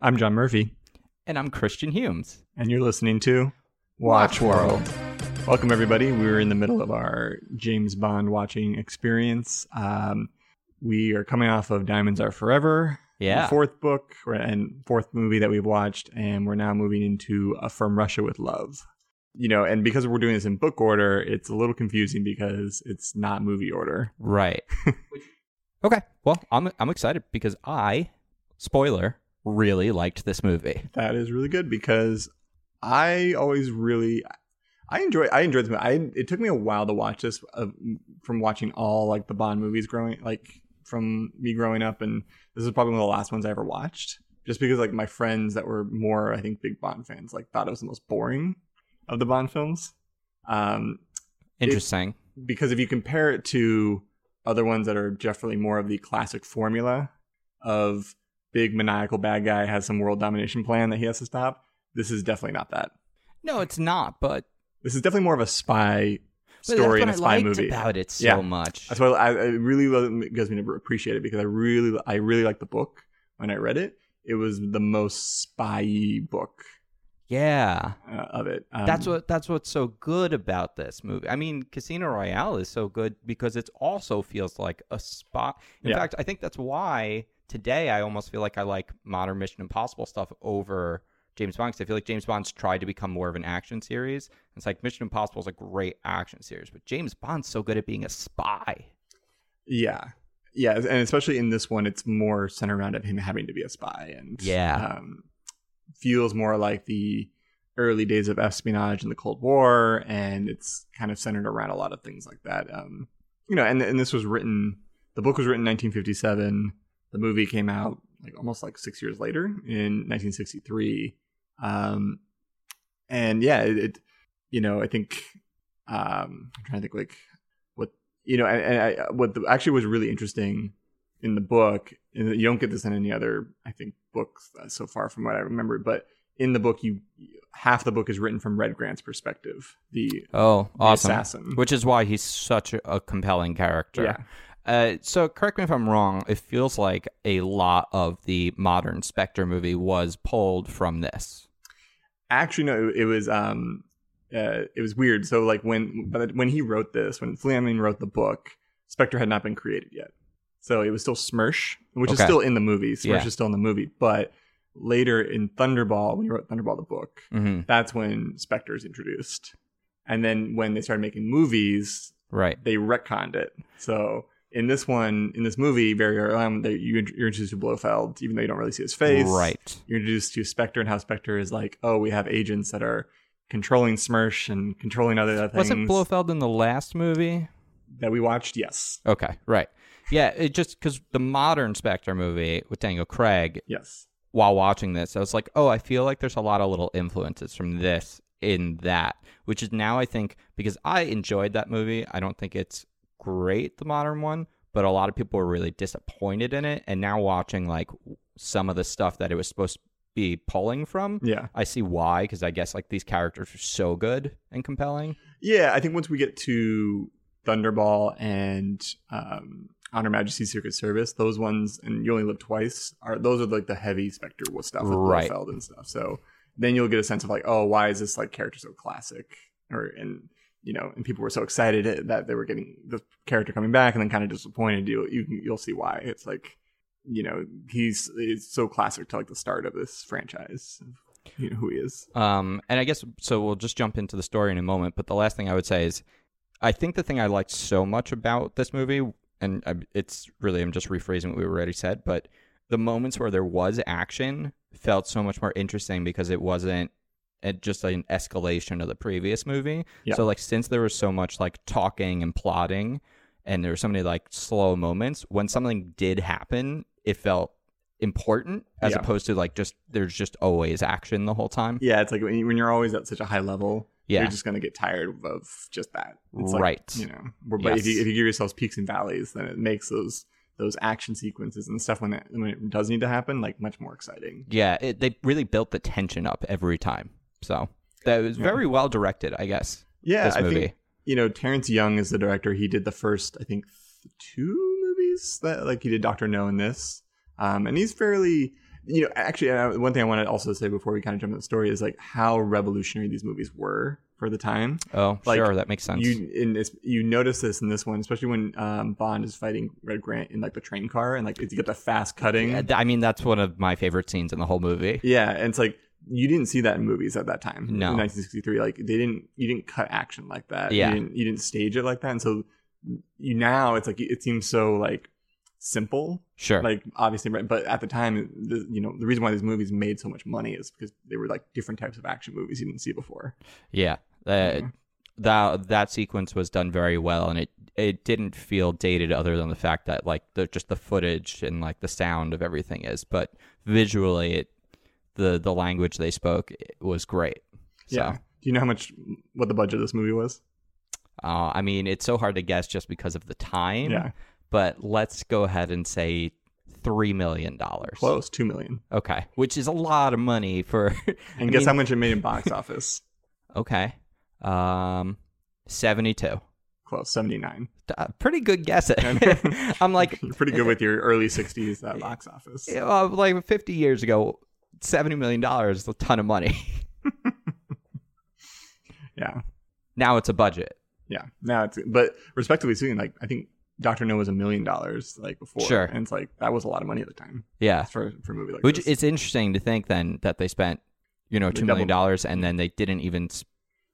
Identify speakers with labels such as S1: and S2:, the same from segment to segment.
S1: I'm John Murphy,
S2: And I'm Christian Humes.
S1: and you're listening to Watch World. Welcome, everybody. We're in the middle of our James Bond watching experience. Um, we are coming off of Diamonds Are Forever,
S2: Yeah.
S1: the fourth book or- and fourth movie that we've watched, and we're now moving into uh, From Russia with Love. You know, and because we're doing this in book order, it's a little confusing because it's not movie order.
S2: right. okay. Well, I'm I'm excited because I, spoiler, really liked this movie.
S1: That is really good because I always really I enjoy I enjoyed this movie. I it took me a while to watch this uh, from watching all like the Bond movies growing like from me growing up and this is probably one of the last ones I ever watched just because like my friends that were more I think big Bond fans like thought it was the most boring of the Bond films. Um
S2: Interesting.
S1: because if you compare it to other ones that are definitely more of the classic formula of big maniacal bad guy has some world domination plan that he has to stop, this is definitely not that.
S2: no, it's not, but
S1: This is definitely more of a spy
S2: but
S1: story and a
S2: that's what
S1: spy
S2: I liked
S1: movie.
S2: about it so
S1: Yeah.
S2: much.
S1: That's why I, I really lo- it gives me to appreciate it because I really I really like the book when I read it. It was the most spy book
S2: yeah.
S1: uh, of it. Um,
S2: that's what that's what's so good about this movie. I mean, Casino Royale is so good because it also feels like a spot. In
S1: Yeah.
S2: fact, I think that's why today I almost feel like I like modern Mission Impossible stuff over James Bond 'cause I feel like James Bond's tried to become more of an action series. It's like Mission Impossible is a great action series, but James Bond's so good at being a spy.
S1: Yeah. Yeah, and especially in this one, it's more centered around of him having to be a spy, and
S2: Yeah.
S1: um, feels more like the early days of espionage and the Cold War, and it's kind of centered around a lot of things like that. Um, you know, and and this was written, the book was written in 1957, the movie came out like almost like six years later in 1963, um, and yeah, it, it you know, I think um, I'm trying to think like what you know, and, and I, uh, what the, actually was really interesting in the book, and you don't get this in any other, I think, books uh, so far from what I remember. But in the book, you half the book is written from Red Grant's perspective, the,
S2: Oh,
S1: the assassin.
S2: Which is why he's such a compelling character.
S1: Yeah.
S2: Uh, so correct me if I'm wrong. It feels like a lot of the modern Spectre movie was pulled from this.
S1: Actually, no, it, it was um, uh, it was weird. So like when but when he wrote this, when Fleming wrote the book, Spectre had not been created yet. So it was still Smirsh, which is
S2: Okay.
S1: still in the movie. Smirsh
S2: Yeah.
S1: is still in the movie, but later in Thunderball, when he wrote Thunderball the book,
S2: Mm-hmm.
S1: that's when Spectre is introduced. And then when they started making movies,
S2: Right.
S1: they retconned it. So in this one, in this movie, very early on, they, you, you're introduced to Blofeld, even though you don't really see his face.
S2: Right.
S1: You're introduced to Spectre and how Spectre is like, oh, we have agents that are controlling Smirsh and controlling other things.
S2: Wasn't Blofeld in the last movie?
S1: that we watched? Yes.
S2: Okay. Right. Yeah. It just because the modern Spectre movie with Daniel Craig,
S1: Yes.
S2: while watching this, I was like, oh, I feel like there's a lot of little influences from this in that, which is now I think because I enjoyed that movie. I don't think it's great, the modern one, but a lot of people were really disappointed in it. And now watching like some of the stuff that it was supposed to be pulling from,
S1: Yeah.
S2: I see why because I guess like these characters are so good and compelling.
S1: Yeah, I think once we get to Thunderball and um, Honor Majesty's Secret Service, those ones, and You Only Live Twice, are those are like the heavy Spectre with stuff, with
S2: Right.
S1: Blofeld and stuff. So then you'll get a sense of like, oh, why is this like character so classic? Or and you know, and people were so excited that they were getting the character coming back, and then kind of disappointed. You you can- you'll see why. It's like you know he's it's so classic to like the start of this franchise. of, You know who he is.
S2: Um, and I guess so. We'll just jump into the story in a moment. But the last thing I would say is, I think the thing I liked so much about this movie, and I, it's really I'm just rephrasing what we already said, but the moments where there was action felt so much more interesting because it wasn't it just an escalation of the previous movie.
S1: Yeah.
S2: So like since there was so much like talking and plotting, and there were so many like slow moments when something did happen, it felt important as
S1: Yeah.
S2: opposed to like just there's just always action the whole time.
S1: Yeah, it's like when, you, when you're always at such a high level,
S2: Yeah.
S1: you're just gonna get tired of just that. It's
S2: Right.
S1: Like, you know, but but if,
S2: Yes.
S1: you, if you give yourselves peaks and valleys, then it makes those those action sequences and stuff when it, when it does need to happen like much more exciting.
S2: Yeah, it, they really built the tension up every time. So that was
S1: Yeah.
S2: very well directed, I guess.
S1: Yeah,
S2: this
S1: I
S2: movie.
S1: think you know Terrence Young is the director. He did the first, I think, th- two movies that like he did Doctor No and this, um, and he's fairly. you know, actually, and I- one thing I wanted to also say before we kind of jump into the story is like how revolutionary these movies were for the time.
S2: Oh,
S1: Like,
S2: sure, that makes sense.
S1: You in this, you notice this in this one, especially when um, Bond is fighting Red Grant in like the train car, and like you get the fast cutting.
S2: Yeah,
S1: Yeah,
S2: th- I mean, that's one of my favorite scenes in the whole movie.
S1: and it's like you didn't see that in movies at that time.
S2: No.
S1: in 1963, like they didn't, you didn't cut action like that.
S2: Yeah.
S1: you didn't, you didn't stage it like that, and so you now it's like it seems so like simple
S2: Sure.
S1: like obviously right but at the time the, you know the reason why these movies made so much money is because they were like different types of action movies you didn't see before
S2: yeah. Uh,
S1: Mm-hmm.
S2: That that sequence was done very well, and it it didn't feel dated, other than the fact that like the just the footage and like the sound of everything is, but visually, it the the language they spoke it was great. So,
S1: yeah do you know how much what the budget of this movie was
S2: Uh, I mean, it's so hard to guess just because of the time.
S1: yeah
S2: But let's go ahead and say three million dollars.
S1: close 2 million
S2: Okay, which is a lot of money for.
S1: and guess how much it made in box office
S2: Okay, um, seventy-two.
S1: close 79
S2: D- uh, pretty good guess. I'm like,
S1: you're pretty good with your early 60s that box office
S2: yeah, well, like fifty years ago, seventy million dollars is a ton of money.
S1: yeah
S2: now it's a budget.
S1: yeah now it's but respectively speaking like i think dr no was a million dollars like before
S2: Sure.
S1: and it's like that was a lot of money at the time
S2: Yeah,
S1: for for a movie like
S2: which
S1: this
S2: it's interesting to think then that they spent, you know,
S1: They
S2: two million dollars and then they didn't even s-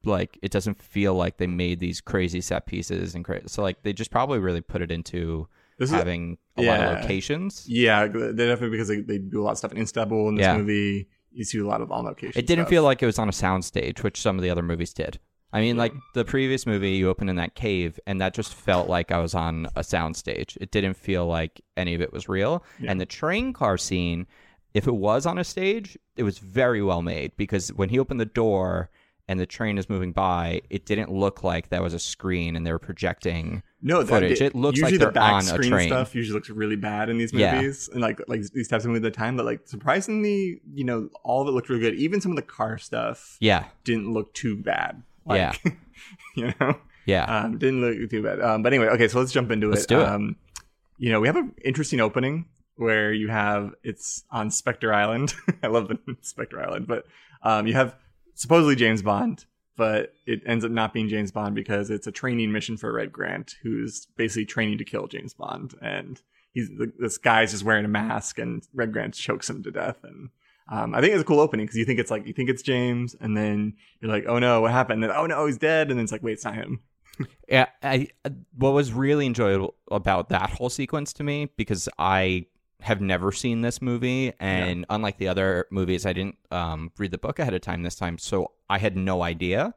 S2: like it doesn't feel like they made these crazy set pieces and cra- so like they just probably really put it into
S1: this is
S2: having a lot
S1: yeah.
S2: of locations.
S1: Yeah, they definitely because they, they do a lot of stuff in Istanbul in this
S2: Yeah.
S1: movie. You see a lot of on location.
S2: It didn't
S1: stuff.
S2: feel like it was on a soundstage, which some of the other movies did. I mean, like the previous movie, you opened in that cave, and that just felt like I was on a soundstage. It didn't feel like any of it was real.
S1: Yeah.
S2: And the train car scene, if it was on a stage, it was very well made because when he opened the door and the train is moving by, it didn't look like that was a screen and they were projecting.
S1: no that-
S2: footage.
S1: they-
S2: It looks
S1: usually
S2: like
S1: the
S2: they're
S1: back
S2: on a
S1: screen
S2: train.
S1: stuff usually looks really bad in these
S2: Yeah.
S1: movies and like like these types of movies at the time. But like surprisingly, you know, all of it looked really good. Even some of the car stuff
S2: Yeah,
S1: didn't look too bad. Like, yeah, you know,
S2: yeah,
S1: um, didn't look too bad. Um, but anyway, okay, so let's jump into
S2: Let's
S1: it.
S2: do it.
S1: Um, you know, we have an interesting opening where you have it's on Spectre Island. I love the Spectre Island, but um, you have supposedly James Bond, but it ends up not being James Bond because it's a training mission for Red Grant, who's basically training to kill James Bond, and he's th- this guy's just wearing a mask, and Red Grant chokes him to death, and. Um, I think it's a cool opening because you think it's like you think it's James, and then you're like, "Oh no, what happened?" And then, "Oh no, he's dead," and then it's like, "Wait, it's not him."
S2: Yeah, I uh, what was really enjoyable about that whole sequence to me because I have never seen this movie, and unlike the other movies, I didn't um, read the book ahead of time this time, so I had no idea,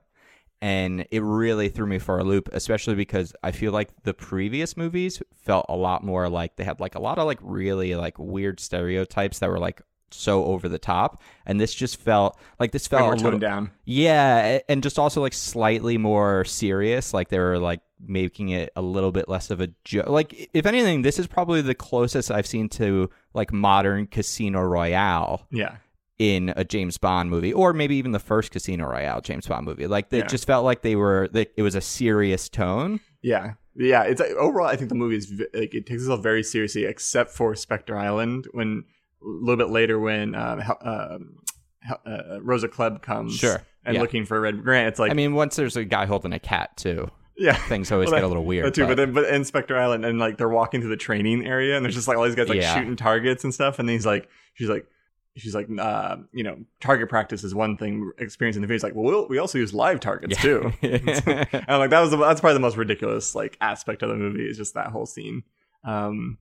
S2: and it really threw me for a loop, especially because I feel like the previous movies felt a lot more like they had like a lot of like really like weird stereotypes that were like so over the top, and this just felt like this
S1: Like,
S2: felt
S1: we're
S2: a little
S1: toned down.
S2: yeah, a- and just also like slightly more serious. Like they were like making it a little bit less of a joke. Like if anything, this is probably the closest I've seen to like modern Casino Royale
S1: Yeah.
S2: in a James Bond movie, or maybe even the first Casino Royale James Bond movie. Like they
S1: Yeah.
S2: just felt like they were. Like, it was a serious tone.
S1: Yeah. Yeah. It's like, overall, I think the movie is v- like, it takes itself very seriously, except for Spectre Island. When a little bit later, when um, Hel- um, Hel- uh, Rosa Klebb comes
S2: Sure.
S1: and
S2: Yeah.
S1: looking for Red Grant, it's like,
S2: I mean, once there's a guy holding a cat too,
S1: yeah.
S2: things always
S1: Well,
S2: get a little weird.
S1: That too, but
S2: but-
S1: then but in Spectre Island, and like they're walking through the training area, and there's just like all these guys like
S2: Yeah.
S1: shooting targets and stuff, and he's like, she's like, she's like, uh, you know, target practice is one thing, experience in the video. He's like, well, we'll we also use live targets too. and like that was the, that's probably the most ridiculous like aspect of the movie is just that whole scene um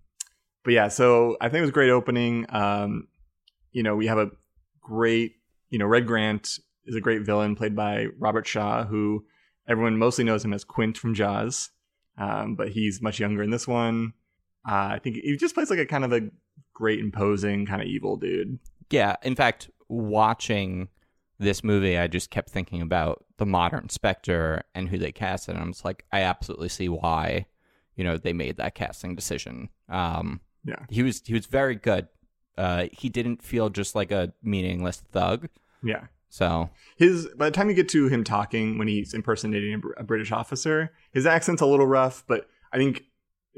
S1: but yeah so i think it was a great opening um you know we have a great you know red grant is a great villain played by robert shaw who everyone mostly knows him as quint from jaws um but he's much younger in this one uh, i think he just plays like a kind of a great imposing kind of evil dude
S2: Yeah, in fact, watching this movie, I just kept thinking about the modern Spectre and who they cast, and I was like, I absolutely see why, you know, they made that casting decision. Um,
S1: Yeah.
S2: he was he was very good. Uh, he didn't feel just like a meaningless thug.
S1: yeah
S2: So
S1: his by the time you get to him talking when he's impersonating a, Br- a British officer, his accent's a little rough, but I think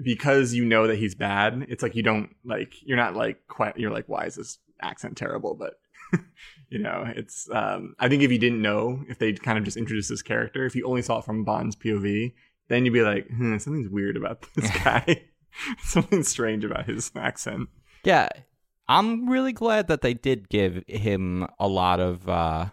S1: because you know that he's bad, it's like you don't like you're not like quite you're like why is this accent terrible, but you know, it's. Um, I think if you didn't know, if they kind of just introduced this character, if you only saw it from Bond's POV, then you'd be like, hmm, something's weird about this guy. something strange about his accent.
S2: Yeah, I'm really glad that they did give him a lot of uh,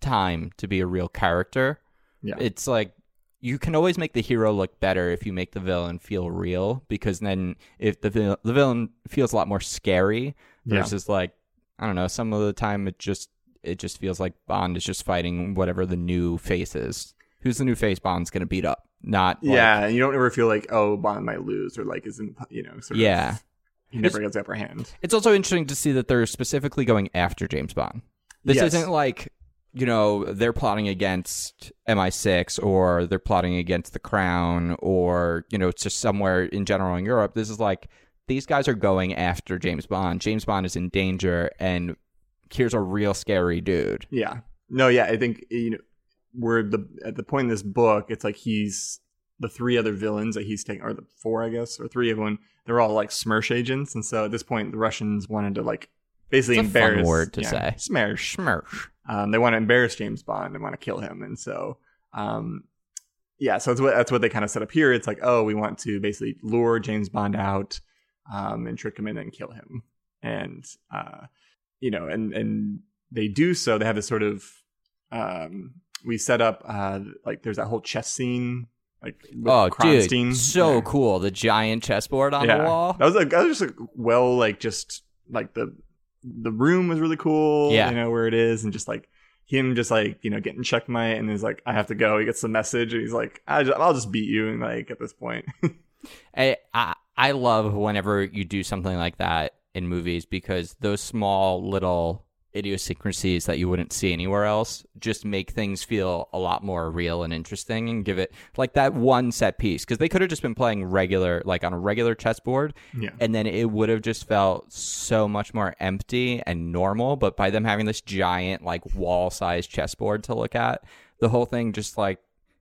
S2: time to be a real character.
S1: Yeah.
S2: It's like you can always make the hero look better if you make the villain feel real, because then if the vil- the villain feels a lot more scary
S1: Yeah.
S2: versus like I don't know, some of the time it just it just feels like Bond is just fighting whatever the new face is. Who's the new face Bond's gonna beat up? Not like-
S1: yeah, and you don't ever feel like, oh, Bond might lose, or like isn't you know, sort
S2: Yeah.
S1: of. He never gets the upper hand.
S2: It's also interesting to see that they're specifically going after James Bond. This
S1: Yes.
S2: isn't like, you know, they're plotting against MI6 or they're plotting against the Crown or, you know, it's just somewhere in general in Europe. This is like, these guys are going after James Bond. James Bond is in danger, and here's a real scary dude.
S1: Yeah. No, yeah, I think you know we're the at the point in this book, it's like he's the three other villains that he's taking or the four, I guess, or three of them, they're all like smirsh agents. And so at this point the Russians wanted to like basically
S2: It's a fun
S1: embarrass
S2: word to
S1: yeah,
S2: say.
S1: Smirsh.
S2: Schmersh.
S1: Um, they want to embarrass James Bond and want to kill him. And so um yeah, so that's what that's what they kind of set up here. It's like, oh, we want to basically lure James Bond out um, and trick him in and kill him. And uh, you know, and and they do so. They have this sort of um, we set up uh, like there's that whole chess scene, like with
S2: Oh,
S1: Kronstein.
S2: dude. So
S1: Yeah.
S2: cool. The giant chessboard on
S1: Yeah.
S2: the wall.
S1: That was like that was just like well, like just like the the room was really cool.
S2: Yeah.
S1: you know where it is, and just like him just like you know getting checkmate, and he's like, I have to go. He gets the message, and he's like, I just, I'll just beat you, and like at this point,
S2: I, I I love whenever you do something like that in movies because those small little idiosyncrasies that you wouldn't see anywhere else just make things feel a lot more real and interesting and give it like that one set piece because they could have just been playing regular like on a regular chessboard
S1: yeah,
S2: and then it would have just felt so much more empty and normal but by them having this giant like wall sized chessboard to look at the whole thing just like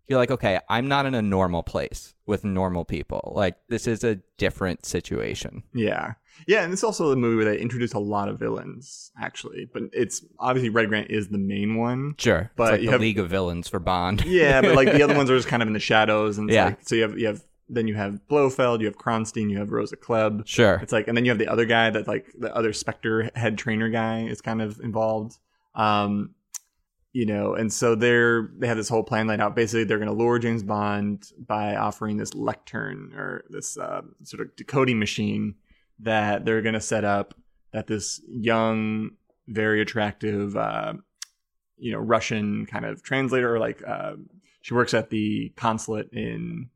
S2: you're like okay i'm not in a normal place with normal people like this is a different situation
S1: yeah, yeah. And it's also the movie where they introduce a lot of villains, actually, but it's obviously Red Grant is the main one.
S2: sure
S1: But
S2: it's like
S1: you
S2: the
S1: have-
S2: league of villains for bond
S1: yeah, but like the other ones are just kind of in the shadows, and it's
S2: Yeah.
S1: like, so you have you have then you have Blofeld, you have Kronstein, you have Rosa Klebb.
S2: sure
S1: It's like, and then you have the other guy that like the other Spectre head trainer guy is kind of involved. Um, you know, and so they're they have this whole plan laid out. Basically, they're going to lure James Bond by offering this lectern or this uh, sort of decoding machine that they're going to set up. That this young, very attractive, uh, you know, Russian kind of translator, like uh, she works at the consulate in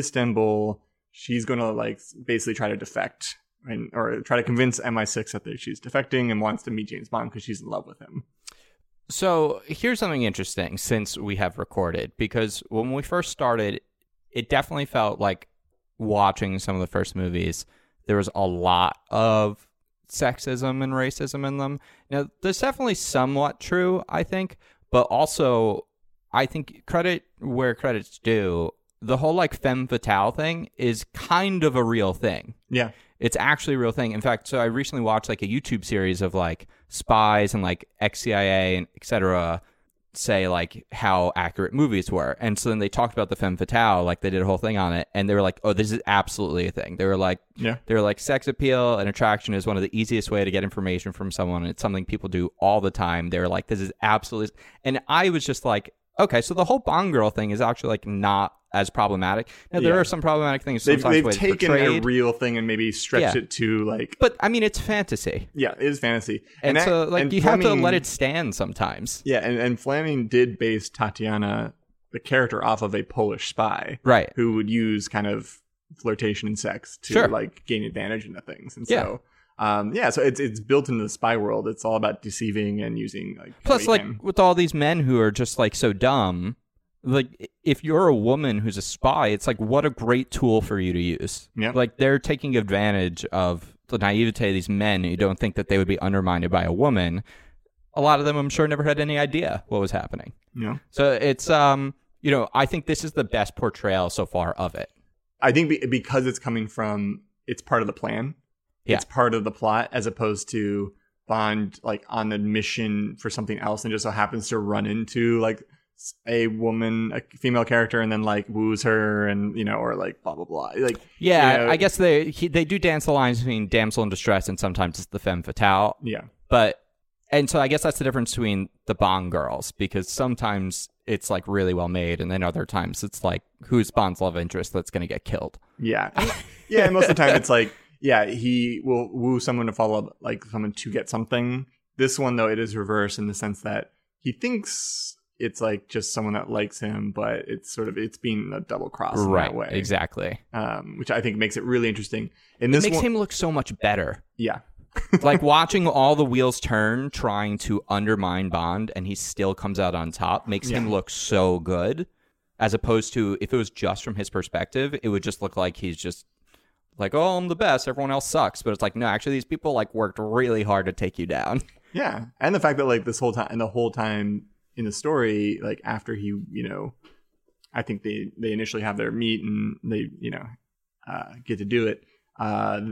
S1: Istanbul. She's going to like basically try to defect and or try to convince MI6 that they, she's defecting and wants to meet James Bond because she's in love with him.
S2: So here's something interesting since we have recorded, because when we first started, it definitely felt like watching some of the first movies, there was a lot of sexism and racism in them. Now, that's definitely somewhat true, I think, but also, I think credit where credit's due, the whole like femme fatale thing is kind of a real thing
S1: Yeah,
S2: it's actually a real thing. In fact, so I recently watched like a YouTube series of like spies and like ex CIA and et cetera say like how accurate movies were. And so then they talked about the femme fatale, like they did a whole thing on it, and they were like, "Oh, this is absolutely a thing." They were like,
S1: yeah,
S2: they were like, "Sex appeal and attraction is one of the easiest way to get information from someone. It's something people do all the time." They were like, "This is absolutely," and I was just like. Okay, so the whole Bond girl thing is actually like not as problematic. Now there
S1: Yeah.
S2: are some problematic things.
S1: they've
S2: sometimes
S1: they've
S2: ways
S1: taken a
S2: portrayed.
S1: real thing and maybe stretched
S2: Yeah.
S1: it to like
S2: But I mean, it's fantasy,
S1: yeah, it is fantasy.
S2: and,
S1: that-
S2: so like
S1: and
S2: you have to
S1: Fleming-
S2: let it stand sometimes,
S1: Yeah, and, and Fleming did base Tatiana the character off of a Polish spy
S2: right?
S1: who would use kind of flirtation and sex to
S2: Sure.
S1: like gain advantage into things. And
S2: Yeah.
S1: so um yeah, so it's it's built into the spy world. It's all about deceiving and using like
S2: Plus,
S1: how we
S2: like
S1: can-
S2: with all these men who are just like so dumb, like if you're a woman who's a spy, it's like what a great tool for you to use.
S1: Yeah.
S2: Like they're taking advantage of the naivete of these men who don't think that they would be undermined by a woman. A lot of them, I'm sure, never had any idea what was happening.
S1: you know.
S2: So it's um, you know, I think this is the best portrayal so far of it.
S1: I think be- because it's coming from it's part of the plan.
S2: Yeah.
S1: It's part of the plot as opposed to Bond like on a mission for something else and just so happens to run into like a woman, a female character, and then like woos her and you know, or like blah blah blah. Like
S2: Yeah,
S1: you know,
S2: I guess they he, they do dance the lines between damsel in distress and sometimes it's the femme fatale.
S1: yeah,
S2: But and so I guess that's the difference between the Bond girls because sometimes it's like really well made and then other times it's like who's Bond's love interest that's going to get killed.
S1: yeah, yeah. And most of the time, it's like yeah, he will woo someone to follow up, like someone to get something. This one though, it is reverse in the sense that he thinks it's like just someone that likes him, but it's sort of it's being a double cross in that way,
S2: Exactly.
S1: Um, which I think makes it really interesting. In
S2: It
S1: this
S2: makes
S1: one,
S2: him look so much better.
S1: yeah,
S2: like watching all the wheels turn trying to undermine Bond and he still comes out on top makes him
S1: Yeah.
S2: look so good as opposed to if it was just from his perspective it would just look like he's just like oh I'm the best everyone else sucks but it's like no actually these people like worked really hard to take you down
S1: Yeah, and the fact that like this whole time and the whole time in the story, like after he, you know, I think they they initially have their meet and they, you know, uh, get to do it. Uh,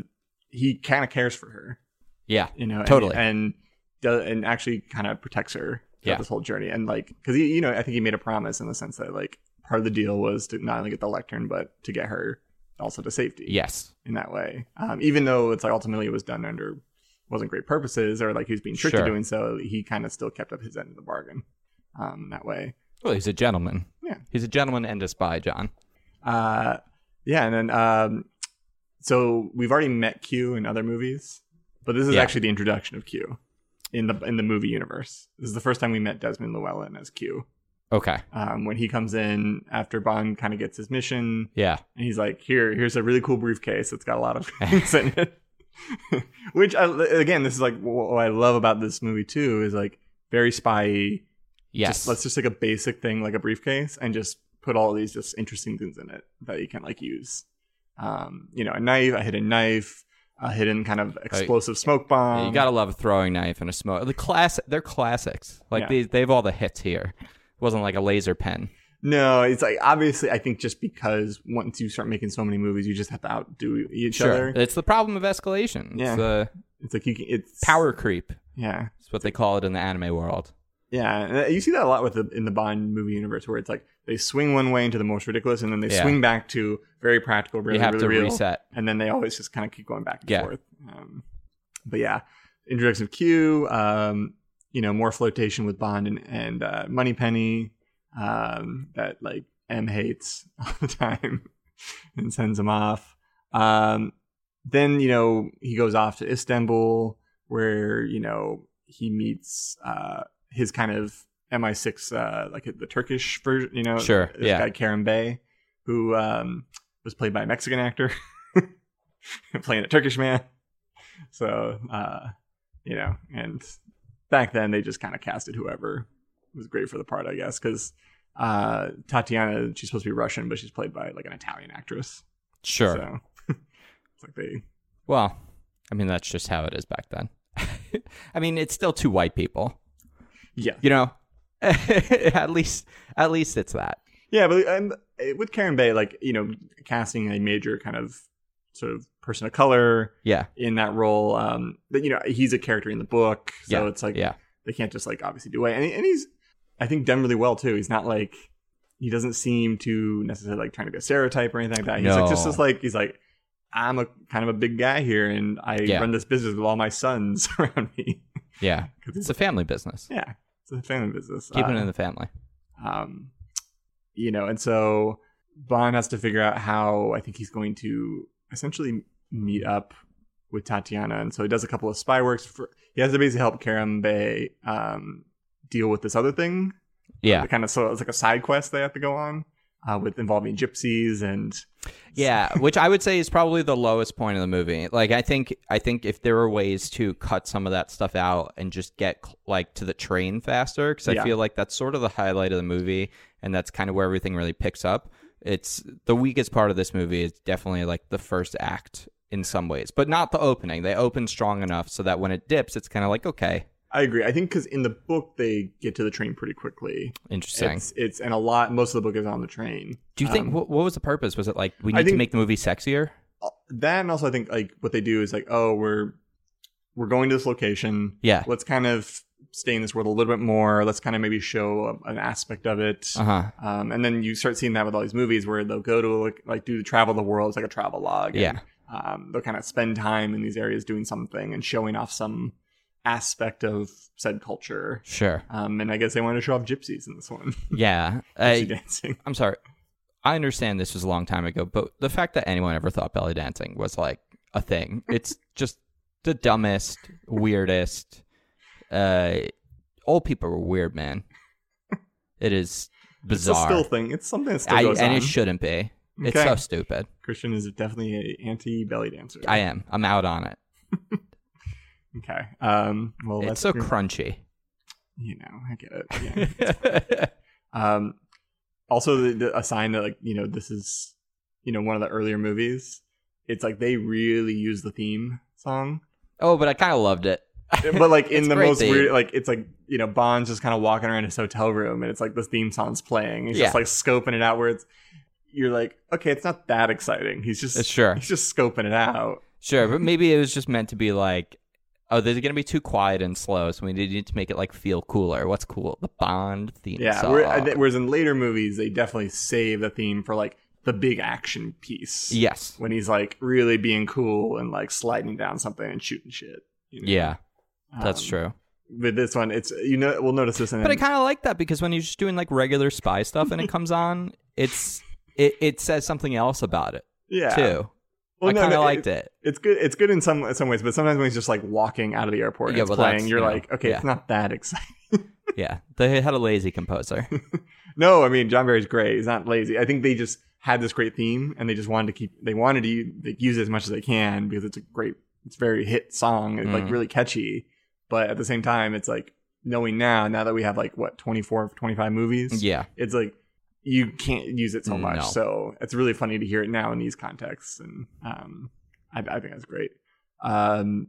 S1: he kind of cares for her,
S2: yeah
S1: you know, and-
S2: Totally.
S1: and does, and actually kind of protects her throughout
S2: Yeah.
S1: this whole journey. And like, because he, you know, I think he made a promise in the sense that like part of the deal was to not only get the lectern but to get her also to safety
S2: yes
S1: in that way. Um, even though it's like ultimately it was done under wasn't great purposes or like he was being tricked
S2: Sure.
S1: to doing so, he kind of still kept up his end of the bargain um, that way.
S2: well he's a gentleman
S1: Yeah.
S2: he's a gentleman and a spy John
S1: Uh, yeah, and then um, so we've already met Q in other movies, but this is
S2: Yeah.
S1: actually the introduction of Q in the in the movie universe. This is the first time we met Desmond Llewellyn as Q
S2: okay
S1: um, when he comes in after Bond kind of gets his mission.
S2: yeah
S1: And he's like, "Here, here's a really cool briefcase that's got a lot of things in it." Which I, again, this is like what I love about this movie too is like very spy.
S2: yes
S1: Just, let's just take a basic thing like a briefcase and just put all these just interesting things in it that you can like use. Um, you know, a knife, a hidden knife, a hidden kind of explosive smoke
S2: Yeah,
S1: bomb.
S2: you gotta love a throwing knife and a smoke. The class, they're classics. Like
S1: Yeah.
S2: these, they have all the hits here. It wasn't like a laser pen.
S1: No, it's like obviously I think just because once you start making so many movies, you just have to outdo each
S2: Sure, Uh,
S1: other.
S2: it's the problem of escalation.
S1: Yeah.
S2: It's the
S1: It's like you can, it's
S2: power creep.
S1: Yeah.
S2: It's what they call it in the anime world.
S1: Yeah, and, uh, you see that a lot with the in the Bond movie universe, where it's like they swing one way into the most ridiculous, and then they
S2: Yeah.
S1: swing back to very practical, really,
S2: you have
S1: really
S2: to
S1: real,
S2: reset.
S1: and then they always just kind of keep going back and
S2: Yeah.
S1: forth. Um, but yeah, introduction of Q, um, you know, more flotation with Bond and, and uh, Moneypenny um, that like M hates all the time and sends him off. Um, then you know he goes off to Istanbul where you know he meets uh, his kind of MI6 uh, like the Turkish version. You know,
S2: Sure,
S1: this
S2: yeah.
S1: guy Karim Bey, who um, was played by a Mexican actor playing a Turkish man. So uh, you know, and back then they just kind of casted whoever was great for the part, I guess, because uh, Tatiana she's supposed to be Russian, but she's played by like an Italian actress.
S2: Sure.
S1: So it's like they
S2: Well, I mean that's just how it is back then. I mean it's still two white people.
S1: yeah
S2: You know, at least at least it's that.
S1: Yeah, but um, with Karen Bay, like you know, casting a major kind of sort of person of color
S2: Yeah.
S1: in that role, um, but you know, he's a character in the book, so
S2: Yeah,
S1: it's like
S2: yeah.
S1: they can't just like obviously do away. And, and he's, I think, done really well too. He's not like he doesn't seem to necessarily like trying to be a stereotype or anything like that. He's like just
S2: No.
S1: just like he's like I'm a kind of a big guy here, and I
S2: Yeah.
S1: run this business with all my sons around me.
S2: Yeah.
S1: 'Cause
S2: It's
S1: it's-
S2: a family business.
S1: yeah, it's a family business.
S2: Keeping
S1: Uh,
S2: it in the family.
S1: um, you know and so bond has to figure out how i think he's going to essentially meet up with tatiana and so he does a couple of spy works for he has to basically help karam bay um, deal with this other thing
S2: Yeah.
S1: It kind of so it's like a side quest they have to go on uh, with involving gypsies and
S2: Yeah, which I would say is probably the lowest point of the movie. Like I think I think if there were ways to cut some of that stuff out and just get cl- like to the train faster cuz I
S1: Yeah.
S2: feel like that's sort of the highlight of the movie and that's kind of where everything really picks up. It's the weakest part of this movie is definitely like the first act in some ways, but not the opening. They open strong enough so that when it dips it's kind of like okay,
S1: i agree i think because in the book they get to the train pretty quickly
S2: interesting.
S1: it's, it's and a lot most of the book is on the train
S2: Do you think
S1: um,
S2: what, what was the purpose? Was it like we
S1: I
S2: need to
S1: think- Uh,
S2: make the movie sexier?
S1: that and also I think like what they do is like oh we're we're going to this location.
S2: Yeah.
S1: Let's kind of stay in this world a little bit more. Let's kind of maybe show a, an aspect of it.
S2: Uh huh.
S1: Um, and then you start seeing that with all these movies where they'll go to like, like do the travel the world. It's like a travel log.
S2: Yeah.
S1: um, they'll kind of spend time in these areas doing something and showing off some aspect of said culture.
S2: Sure.
S1: Um, and I guess they wanted to show off gypsies in this one.
S2: Yeah. Uh,
S1: Gypsy
S2: I,
S1: dancing.
S2: I'm sorry. I understand this was a long time ago, but the fact that anyone ever thought belly dancing was like a thing, it's just the dumbest, weirdest. Uh, old people were weird, man. It is
S1: It's a
S2: bizarre.
S1: still thing. It's something that still
S2: I,
S1: goes
S2: and
S1: on.
S2: it shouldn't be. It's
S1: Okay.
S2: so stupid.
S1: Christian is definitely a anti belly dancer.
S2: I am. I'm out on it.
S1: okay. Um, well,
S2: it's
S1: that's
S2: so
S1: pretty-
S2: crunchy.
S1: you know, I get it. Yeah. Um, also, the, the, a sign that like you know this is you know one of the earlier movies. It's like they really use the theme song,
S2: oh, but I kind of loved it.
S1: but like in
S2: It's
S1: the
S2: great
S1: most
S2: theme.
S1: weird, like it's like you know Bond's just kind of walking around his hotel room, and it's like this theme song's playing. He's just
S2: Yeah.
S1: like scoping it out where it's you're like, okay, it's not that exciting. He's just
S2: Sure.
S1: he's just scoping it out.
S2: Sure,
S1: Mm-hmm.
S2: but maybe it was just meant to be like, oh, they're going to be too quiet and slow, so we need to make it like feel cooler. What's cool? The Bond theme
S1: Yeah. uh,
S2: song.
S1: where- I thi- whereas in later movies, they definitely save the theme for like the big action piece.
S2: yes.
S1: when he's like really being cool and like sliding down something and shooting shit. you know?
S2: Yeah, that's
S1: Um,
S2: true.
S1: But this one, it's you know we'll notice this in
S2: But I kind of like that because when you're just doing like regular spy stuff and it comes on, it's it, it says something else about it
S1: yeah.
S2: too.
S1: Well,
S2: I
S1: no,
S2: kind of
S1: no,
S2: liked it.
S1: It's good. It's good in some in some ways, but sometimes when he's just like walking out of the airport, and
S2: Yeah,
S1: it's
S2: well,
S1: playing.
S2: that's,
S1: You're
S2: you know,
S1: like, okay, it's not that exciting.
S2: Yeah, they had a lazy composer.
S1: No, I mean John Barry's great. He's not lazy. I think they just had this great theme and they just wanted to keep. They wanted to u- like, use it as much as they can because it's a great. It's a very hit song. It's like
S2: Mm.
S1: really catchy, but at the same time, it's like knowing now. Now that we have like what 24, 25 movies.
S2: yeah,
S1: it's like you can't use it so much.
S2: Mm, No.
S1: So it's really funny to hear it now in these contexts, and um, I, I think that's great. Um,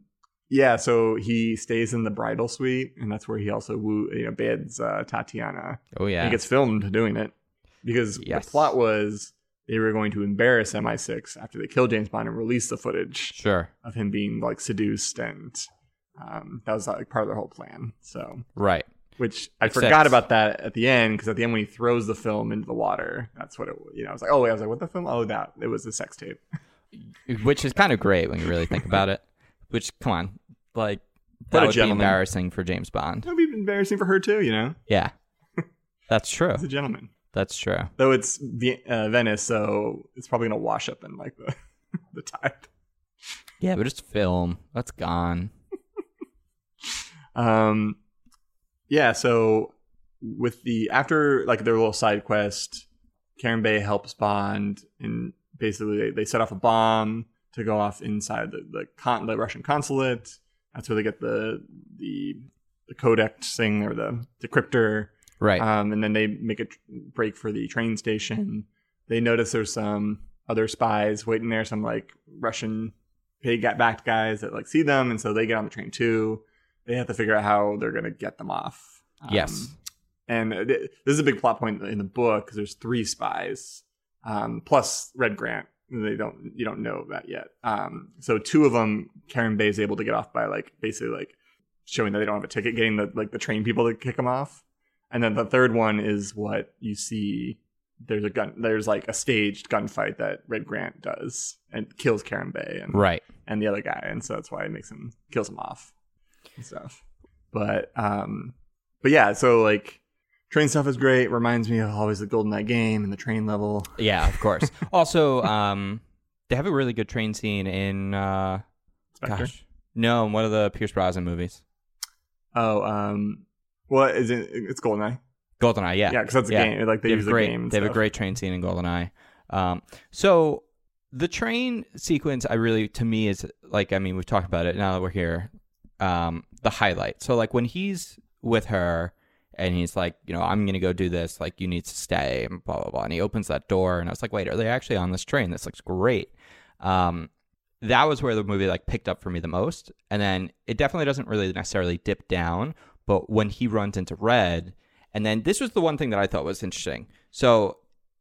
S1: yeah, so he stays in the bridal suite, and that's where he also woo, you know, bids uh, Tatiana.
S2: oh
S1: And
S2: yeah,
S1: He gets filmed doing it because
S2: Yes.
S1: the plot was they were going to embarrass MI6 after they killed James Bond and release the footage
S2: sure,
S1: of him being like seduced, and um, that was like part of their whole plan. So
S2: right.
S1: which I
S2: Except-
S1: forgot about that at the end because at the end when he throws the film into the water, that's what it. You know, I was like, oh wait, I was like, what the film? Oh, that it was the sex tape.
S2: which is kind of great when you really think about it. Which, come on, like that
S1: What a
S2: would
S1: gentleman.
S2: be embarrassing for James Bond.
S1: That would be embarrassing for her too. You know,
S2: Yeah, that's true.
S1: as a gentleman.
S2: That's true.
S1: Though it's v- uh, Venice, so it's probably gonna wash up in like the the tide.
S2: Yeah, but it's film. That's gone.
S1: Um, yeah. So with the after like their little side quest, Karen Bay helps Bond, and basically they, they set off a bomb to go off inside the the, con- the Russian consulate. That's where they get the the the codec thing or the decryptor.
S2: Right. Mm-hmm.
S1: Um, and then they make a tr- break for the train station. They notice there's some other spies waiting there, some like Russian pig backed guys that like see them, and so they get on the train too. They have to figure out how they're gonna get them off. Um,
S2: yes.
S1: and it- this is a big plot point in the book because there's three spies, um, plus Red Grant. They don't you don't know that yet. Um, so two of them, Karen Bay is able to get off by like basically like showing that they don't have a ticket, getting the like the train people to kick them off, and then the third one is what you see. There's a gun. There's like a staged gunfight that Red Grant does and kills Karen Bay and
S2: Right.
S1: and the other guy, and so that's why it makes him kills him off and stuff. But um, but yeah, so like train stuff is great. Reminds me of always the Golden Knight game and the train level.
S2: Yeah, of course. also, um, they have a really good train scene in uh,
S1: Spectre.
S2: gosh, no, in one of the Pierce Brosnan movies,
S1: Oh, um, well, is it? It's Goldeneye.
S2: Goldeneye. Yeah,
S1: Yeah, because that's a
S2: Yeah.
S1: game. Like they,
S2: have
S1: use
S2: a great,
S1: the game. and
S2: They have a
S1: stuff.
S2: great train scene in GoldenEye. Um, so the train sequence, I really, to me, is like, I mean, we've talked about it now that we're here. Um, the highlight. So like when he's with her and he's like, you know, I'm gonna go do this. Like you need to stay and blah blah blah. And he opens that door and I was like, wait, are they actually on this train? This looks great. Um, that was where the movie like picked up for me the most. And then it definitely doesn't really necessarily dip down, but when he runs into Red, and then this was the one thing that I thought was interesting. So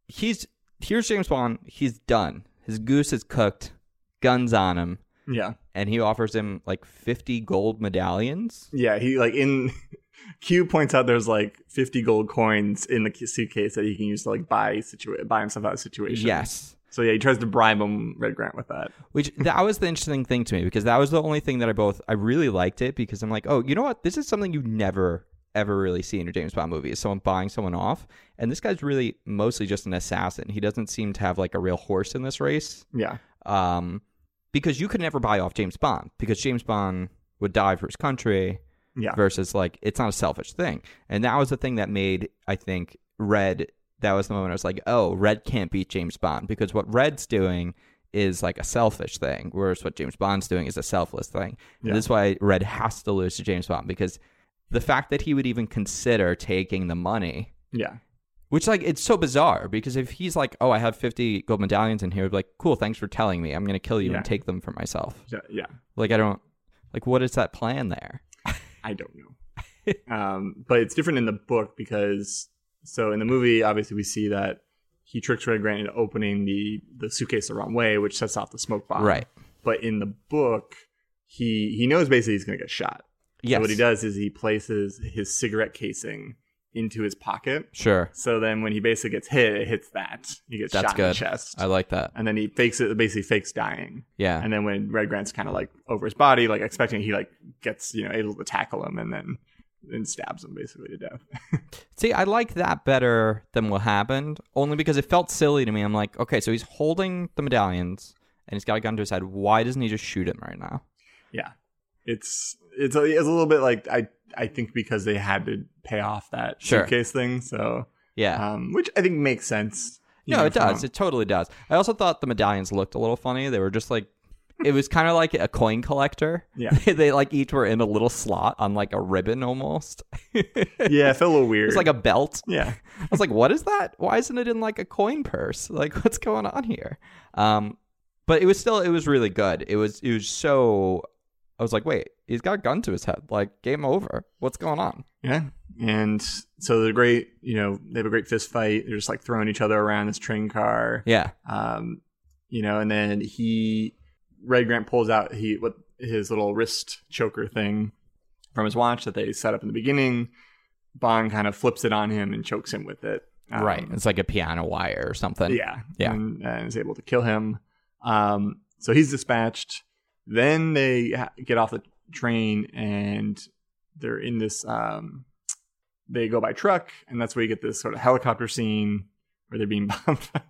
S2: he's here's James Bond. He's done. His goose is cooked. Guns on him.
S1: Yeah.
S2: and he offers him like 50 gold medallions.
S1: Yeah, he like in Q points out there's like 50 gold coins in the ki- suitcase that he can use to like buy situa- buy himself out of situation.
S2: Yes.
S1: So yeah, he tries to bribe him Red Grant with that.
S2: Which that was the interesting thing to me because that was the only thing that I both I really liked it because I'm like, "Oh, you know what? This is something you never ever really see in a James Bond movie. Is someone buying someone off?" And this guy's really mostly just an assassin. He doesn't seem to have like a real horse in this race.
S1: Yeah.
S2: Um because you could never buy off James Bond because James Bond would die for his country.
S1: Yeah.
S2: versus like it's not a selfish thing. And that was the thing that made I think Red. That was the moment I was like, oh, Red can't beat James Bond because what Red's doing is like a selfish thing, whereas what James Bond's doing is a selfless thing. And
S1: Yeah.
S2: This is why Red has to lose to James Bond because the fact that he would even consider taking the money.
S1: Yeah.
S2: Which like it's so bizarre because if he's like, oh, I have fifty gold medallions in here, I'd be like, cool, thanks for telling me. I'm gonna kill you
S1: Yeah.
S2: and take them for myself.
S1: Yeah. yeah.
S2: Like I don't, like what is that plan there?
S1: I don't know. um, but it's different in the book because so in the movie, obviously we see that he tricks Red Grant into opening the the suitcase the wrong way, which sets off the smoke bomb.
S2: Right.
S1: But in the book, he he knows basically he's gonna get shot.
S2: Yes.
S1: So what he does is he places his cigarette casing into his pocket.
S2: Sure.
S1: So then when he basically gets hit, it hits that. He gets
S2: That's
S1: shot in the
S2: good.
S1: chest.
S2: I like that.
S1: and then he fakes it basically fakes dying.
S2: Yeah.
S1: And then when Red Grant's kinda like over his body, like expecting he like gets, you know, able to tackle him and then and stabs him basically to death.
S2: See, I like that better than what happened, only because it felt silly to me. I'm like, okay, so he's holding the medallions and he's got a gun to his head. Why doesn't he just shoot him right now?
S1: Yeah. It's it's a, it's a little bit like I I think because they had to pay off that
S2: Sure.
S1: suitcase thing, so
S2: Yeah.
S1: um which I think makes sense. you
S2: no,
S1: know,
S2: it
S1: from-
S2: does. It totally does. I also thought the medallions looked a little funny. They were just like, it was kind of like a coin collector.
S1: Yeah.
S2: they like each were in a little slot on like a ribbon almost. it's
S1: yeah, it felt a little weird.
S2: like a belt.
S1: yeah.
S2: I was like, what is that? Why isn't it in like a coin purse? Like, what's going on here? Um, but it was still, it was really good. It was, it was so. I was like, wait, he's got a gun to his head. Like, game over. What's going on?
S1: Yeah. And so they're great, you know, they have a great fist fight. They're just like throwing each other around this train car.
S2: Yeah,
S1: Um, you know, and then he Red Grant pulls out he what his little wrist choker thing from his watch that they set up in the beginning. Bond kind of flips it on him and chokes him with it. Um,
S2: right. It's like a piano wire or something.
S1: yeah.
S2: Yeah.
S1: And, and is able to kill him. Um, so he's dispatched. Then they ha- get off the train and they're in this. Um, they go by truck, and that's where you get this sort of helicopter scene where they're being bombed by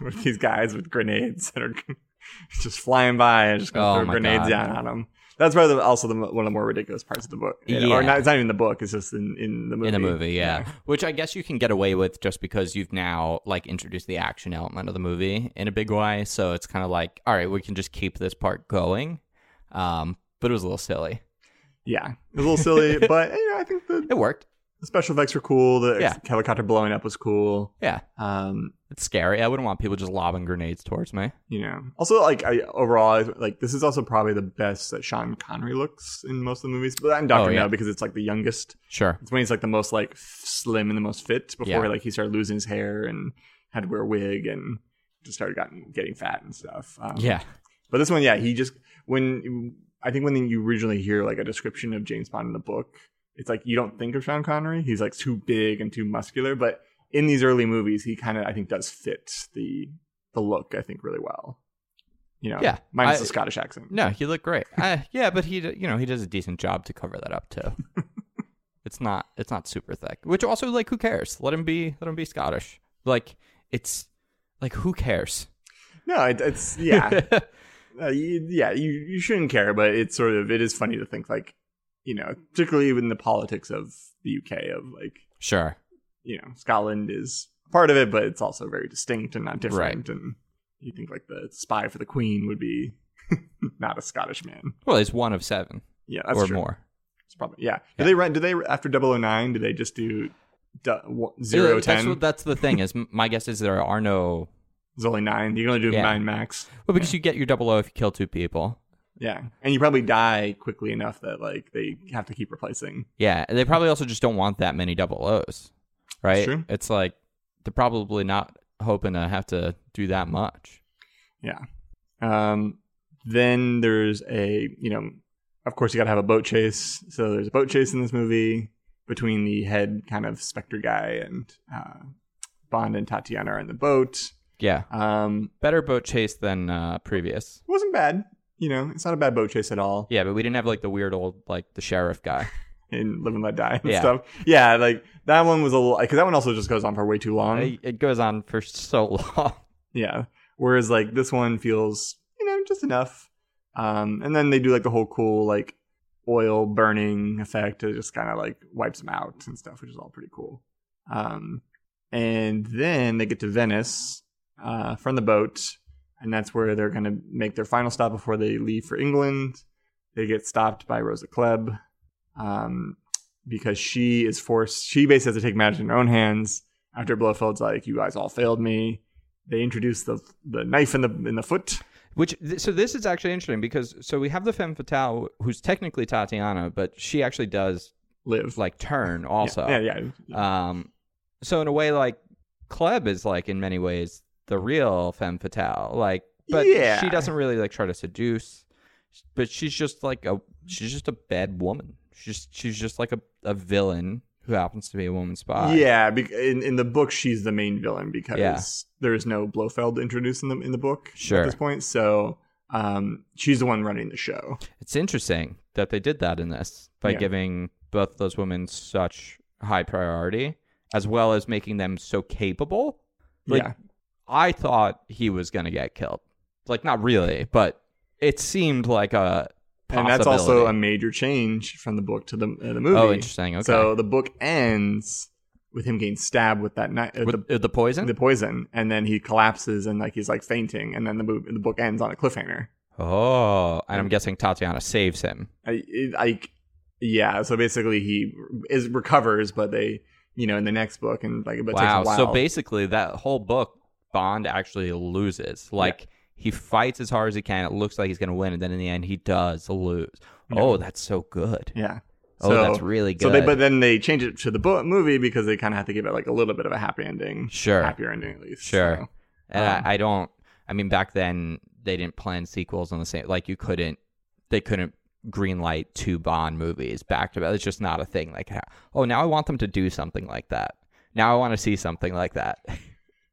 S1: with these guys with grenades that are just flying by and just going
S2: Oh
S1: to throw
S2: my
S1: grenades
S2: God.
S1: down on them. That's probably the, also the, mo- one of the more ridiculous parts of the book.
S2: Yeah.
S1: Or not, it's not even the book, it's just in, in the movie.
S2: In the movie, yeah. Which I guess you can get away with just because you've now like introduced the action element of the movie in a big way. So it's kind of like, all right, we can just keep this part going. Um, but it was a little silly.
S1: Yeah. It was a little silly, but you know, I think the,
S2: It worked.
S1: the special effects were cool. The
S2: Yeah.
S1: helicopter blowing up was cool.
S2: Yeah.
S1: Um,
S2: It's scary. I wouldn't want people just lobbing grenades towards me.
S1: you know, also like I overall I- like this is also probably the best that Sean Connery looks in most of the movies, but I'm Doctor
S2: Oh, yeah.
S1: No because it's like the youngest.
S2: Sure.
S1: It's when he's like the most like f- slim and the most fit before
S2: Yeah.
S1: like he started losing his hair and had to wear a wig and just started gotten, getting fat and stuff. Um,
S2: Yeah.
S1: But this one, yeah, he just when I think when you originally hear like a description of James Bond in the book, it's like you don't think of Sean Connery. He's like too big and too muscular. But in these early movies, he kind of I think does fit the the look I think really well. You know,
S2: Yeah,
S1: minus
S2: I-
S1: the Scottish accent.
S2: No, he looked great. uh, yeah, but he, d- you know, he does a decent job to cover that up too. it's not, it's not super thick. Which also, like, who cares? Let him be, let him be Scottish. Like, it's, like, who cares?
S1: No, it, it's yeah, uh, you, yeah. You you shouldn't care, but it's sort of it is funny to think like you know, particularly in the politics of the UK of like
S2: sure.
S1: you know, Scotland is part of it, but it's also very distinct and not different. And you think like the spy for the Queen would be not a Scottish man.
S2: Well, he's one of seven
S1: Yeah, that's
S2: or
S1: true.
S2: more.
S1: It's probably yeah. Do they run? Do they after 009, Do they just do du- one- zero
S2: Uh, That's,
S1: ten?
S2: what- that's the thing. Is m- my guess is there are no.
S1: It's only nine. You can only do
S2: Yeah.
S1: nine max.
S2: Well, because you get your double O if you kill two people.
S1: Yeah, and you probably die quickly enough that like they have to keep replacing.
S2: Yeah, and they probably also just don't want that many double O's, right?
S1: true.
S2: It's like they're probably not hoping to have to do that much.
S1: Um, Then there's a, you know, of course you got to have a boat chase. So there's a boat chase in this movie between the head kind of Spectre guy and uh, Bond and Tatiana are in the boat.
S2: Yeah.
S1: Um,
S2: Better boat chase than uh, previous.
S1: it wasn't bad. You know, it's not a bad boat chase at all.
S2: Yeah, but we didn't have like the weird old like the sheriff guy.
S1: in Live and Let Die and
S2: Yeah.
S1: stuff. Yeah, like that one was a little because that one also just goes on for way too long.
S2: It it goes on for so long.
S1: yeah. Whereas like this one feels you know just enough. Um, and then they do like the whole cool like oil burning effect. It just kind of like wipes them out and stuff, which is all pretty cool. Um, and then they get to Venice uh, from the boat, and that's where they're gonna make their final stop before they leave for England. They get stopped by Rosa Klebb. Um, because she is forced, she basically has to take matters in her own hands. After Blofeld's like, "You guys all failed me," they introduce the the knife in the in the foot.
S2: Which th- so this is actually interesting because so we have the femme fatale who's technically Tatiana, but she actually does
S1: Live
S2: like turn also.
S1: yeah, yeah, yeah.
S2: Um, so in a way, like Kleb is like in many ways the real femme fatale. Like, but
S1: Yeah.
S2: she doesn't really like try to seduce. But she's just like a she's just a bad woman. She's just, she's just like a, a villain who happens to be a woman spy.
S1: yeah. bec- In in the book, she's the main villain because
S2: Yeah.
S1: there is no Blofeld introduced in the in the book at
S2: sure.
S1: this point. So um, she's the one running the show.
S2: It's interesting that they did that in this by
S1: Yeah.
S2: giving both those women such high priority as well as making them so capable. Like,
S1: yeah,
S2: I thought he was going to get killed. Like, not really, but it seemed like a
S1: and that's also a
S2: possibility.
S1: major change from the book to the uh, the movie.
S2: oh, interesting. Okay,
S1: So the book ends with him getting stabbed with that knife. Uh,
S2: With,
S1: the
S2: uh, the poison.
S1: the poison and then he collapses and like he's like fainting and then the, mov- the book ends on a cliffhanger
S2: oh, and I'm guessing Tatiana saves him.
S1: i it- i yeah so basically he is recovers but they you know in the next book and like but
S2: wow.
S1: takes a while
S2: So basically, that whole book, Bond actually loses. Like he fights as hard as he can. It looks like he's going to win, and then in the end, he does lose.
S1: Yeah.
S2: Oh, that's so good.
S1: yeah
S2: Oh,
S1: so,
S2: that's really good.
S1: so they but then they change it to the book movie because they kind of have to give it like a little bit of a happy ending
S2: sure,
S1: happier ending at least
S2: Sure.
S1: so.
S2: and
S1: um,
S2: I, I don't. I mean, back then they didn't plan sequels on the same. Like you couldn't. They couldn't greenlight two Bond movies back to back. It's just not a thing. Like, ha- oh, now I want them to do something like that. Now I want to see something like that.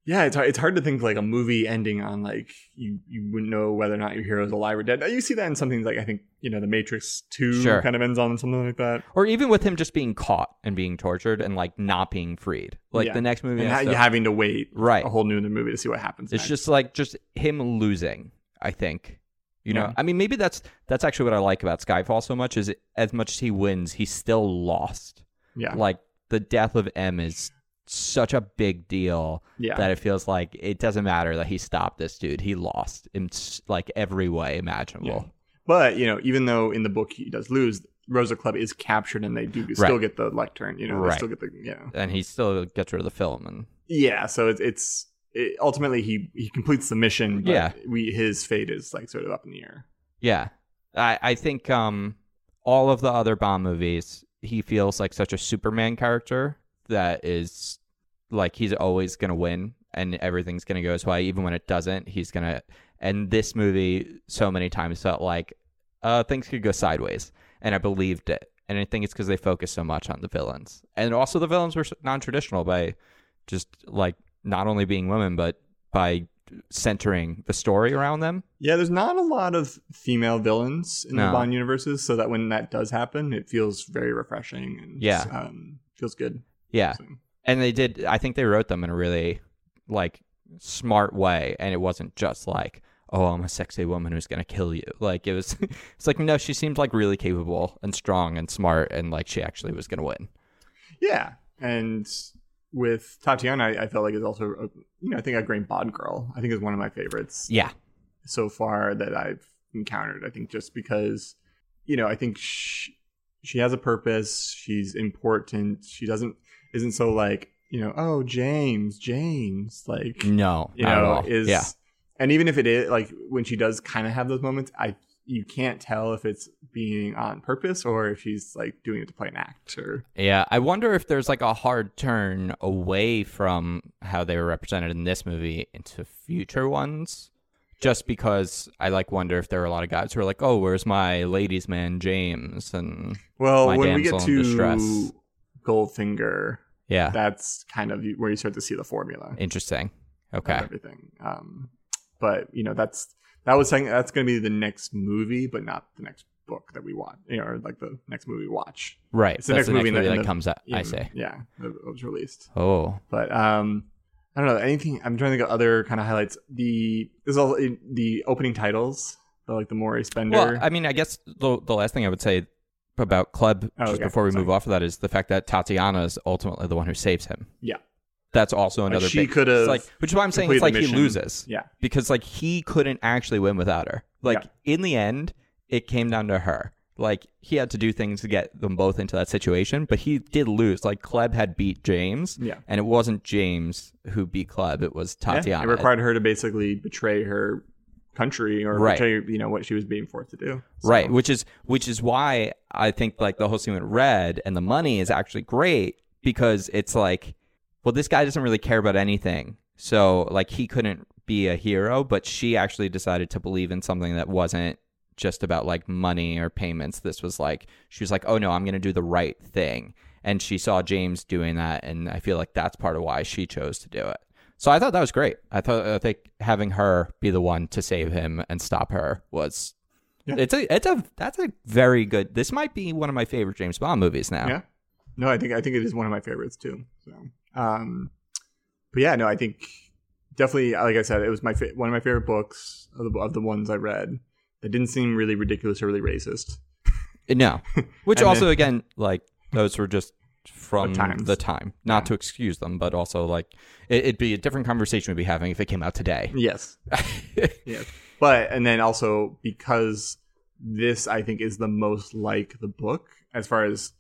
S1: yeah it's hard, it's hard to think like a movie ending on like you you wouldn't know whether or not your hero is alive or dead you see that in something like i think you know the matrix 2
S2: Sure.
S1: kind of ends on something like that
S2: or even with him just being caught and being tortured and like not being freed. Like
S1: Yeah.
S2: the next movie,
S1: and
S2: has
S1: ha-
S2: to-
S1: you having to wait
S2: right?
S1: a whole new in the movie to see what happens.
S2: It's
S1: next.
S2: just like just him losing. I think. You know,
S1: Yeah.
S2: I mean, maybe that's that's actually what I like about Skyfall so much is it, as much as he wins, he's still lost.
S1: yeah,
S2: Like the death of M is such a big deal
S1: yeah,
S2: that it feels like it doesn't matter that he stopped this dude. He lost in s- like every way imaginable.
S1: But you know, even though in the book he does lose, Rosa Club is captured, and they do still
S2: Right.
S1: get the lectern. You know,
S2: Right.
S1: they still get the you know,
S2: And he still gets rid of the film and
S1: yeah. So it's it's it, ultimately he he completes the mission. But
S2: Yeah.
S1: we his fate is like sort of up in the air.
S2: Yeah. I, I think um all of the other Bond movies, he feels like such a Superman character that is like he's always gonna win and everything's gonna go his way, even when it doesn't, he's gonna and this movie so many times felt like uh things could go sideways. And I believed it. And I think it's because they focus so much on the villains. And also the villains were non traditional by just like not only being women, but by centering the story around them.
S1: Yeah, there's not a lot of female villains in
S2: No.
S1: the Bond universes, so that when that does happen, it feels very refreshing and
S2: Yeah.
S1: um, feels good.
S2: Yeah.
S1: So,
S2: and they did i think they wrote them in a really like smart way and it wasn't just like oh i'm a sexy woman who's gonna kill you like it was it's like no she seemed like really capable and strong and smart and like she actually was gonna win
S1: Yeah, and with Tatiana, I, I felt like is also a, you know I think a great bod girl. I think is one of my favorites
S2: yeah
S1: so far that I've encountered. I think just because you know I think she, she has a purpose. She's important. She doesn't isn't so like you know oh James James like
S2: no
S1: you
S2: Mm, not at
S1: know
S2: all.
S1: is
S2: yeah
S1: and even if it is like when she does kind of have those moments I. You can't tell if it's being on purpose or if she's like doing it to play an act or
S2: yeah i wonder if there's like a hard turn away from how they were represented in this movie into future ones just because I like wonder if there are a lot of guys who are like, oh, where's my ladies' man James? And
S1: Well,
S2: My
S1: when we get
S2: damsel in
S1: to
S2: distress.
S1: Goldfinger,
S2: yeah,
S1: that's kind of where you start to see the formula
S2: interesting. Okay,
S1: of everything. Um, but you know, that's that was saying that's going to be the next movie, but not the next book that we watch, you know, or like the next movie we watch.
S2: right.
S1: It's the next
S2: That's the next
S1: movie
S2: movie,
S1: in the- in
S2: that
S1: the-
S2: comes out. I
S1: In-
S2: see.
S1: Yeah, that that was released.
S2: Oh,
S1: But um, I don't know anything. I'm trying to think of other kind of highlights. The is all the opening titles, the, like the Maury Spender.
S2: well, I mean, I guess the the last thing I would say about Club
S1: Oh,
S2: just
S1: okay.
S2: before we
S1: Sorry.
S2: move off of that is the fact that Tatiana is ultimately the one who saves him.
S1: Yeah.
S2: That's also another
S1: she
S2: big-
S1: could
S2: it's
S1: have
S2: like which is why I'm saying it's like
S1: completed
S2: he
S1: the mission.
S2: loses.
S1: yeah,
S2: because like he couldn't actually win without her. Like in the end, it came down to her. Like he had to do things to get them both into that situation, but he did lose. Like Kleb had beat James,
S1: yeah.
S2: and it wasn't James who beat Kleb; it was
S1: Yeah,
S2: Tatiana.
S1: It required her to basically betray her country or
S2: Right.
S1: betray, you know, what she was being forced to do. So,
S2: right, which is which is why I think like the whole scene with Red and the money is actually great because it's like, well, this guy doesn't really care about anything, so like he couldn't be a hero, but she actually decided to believe in something that wasn't just about like money or payments. This was like she was like, "Oh no, I'm going to do the right thing." And she saw James doing that and I feel like that's part of why she chose to do it. So I thought that was great. I thought I think having her be the one to save him and stop her was
S1: Yeah.
S2: It's a it's a that's a very good. This might be one of my favorite James Bond movies now.
S1: Yeah. No, I think I think it is one of my favorites too. So, um, but yeah, no, I think definitely, like I said, it was my fa- one of my favorite books of the, of the ones I read. That didn't seem really ridiculous or really racist.
S2: Uh, No. Which
S1: And
S2: also again like those were just from
S1: The times.
S2: the time. Not to excuse them, but also like it, it'd be a different conversation we'd be having if it came out today.
S1: Yes. yes. But and then also because this I think is the most like the book as far as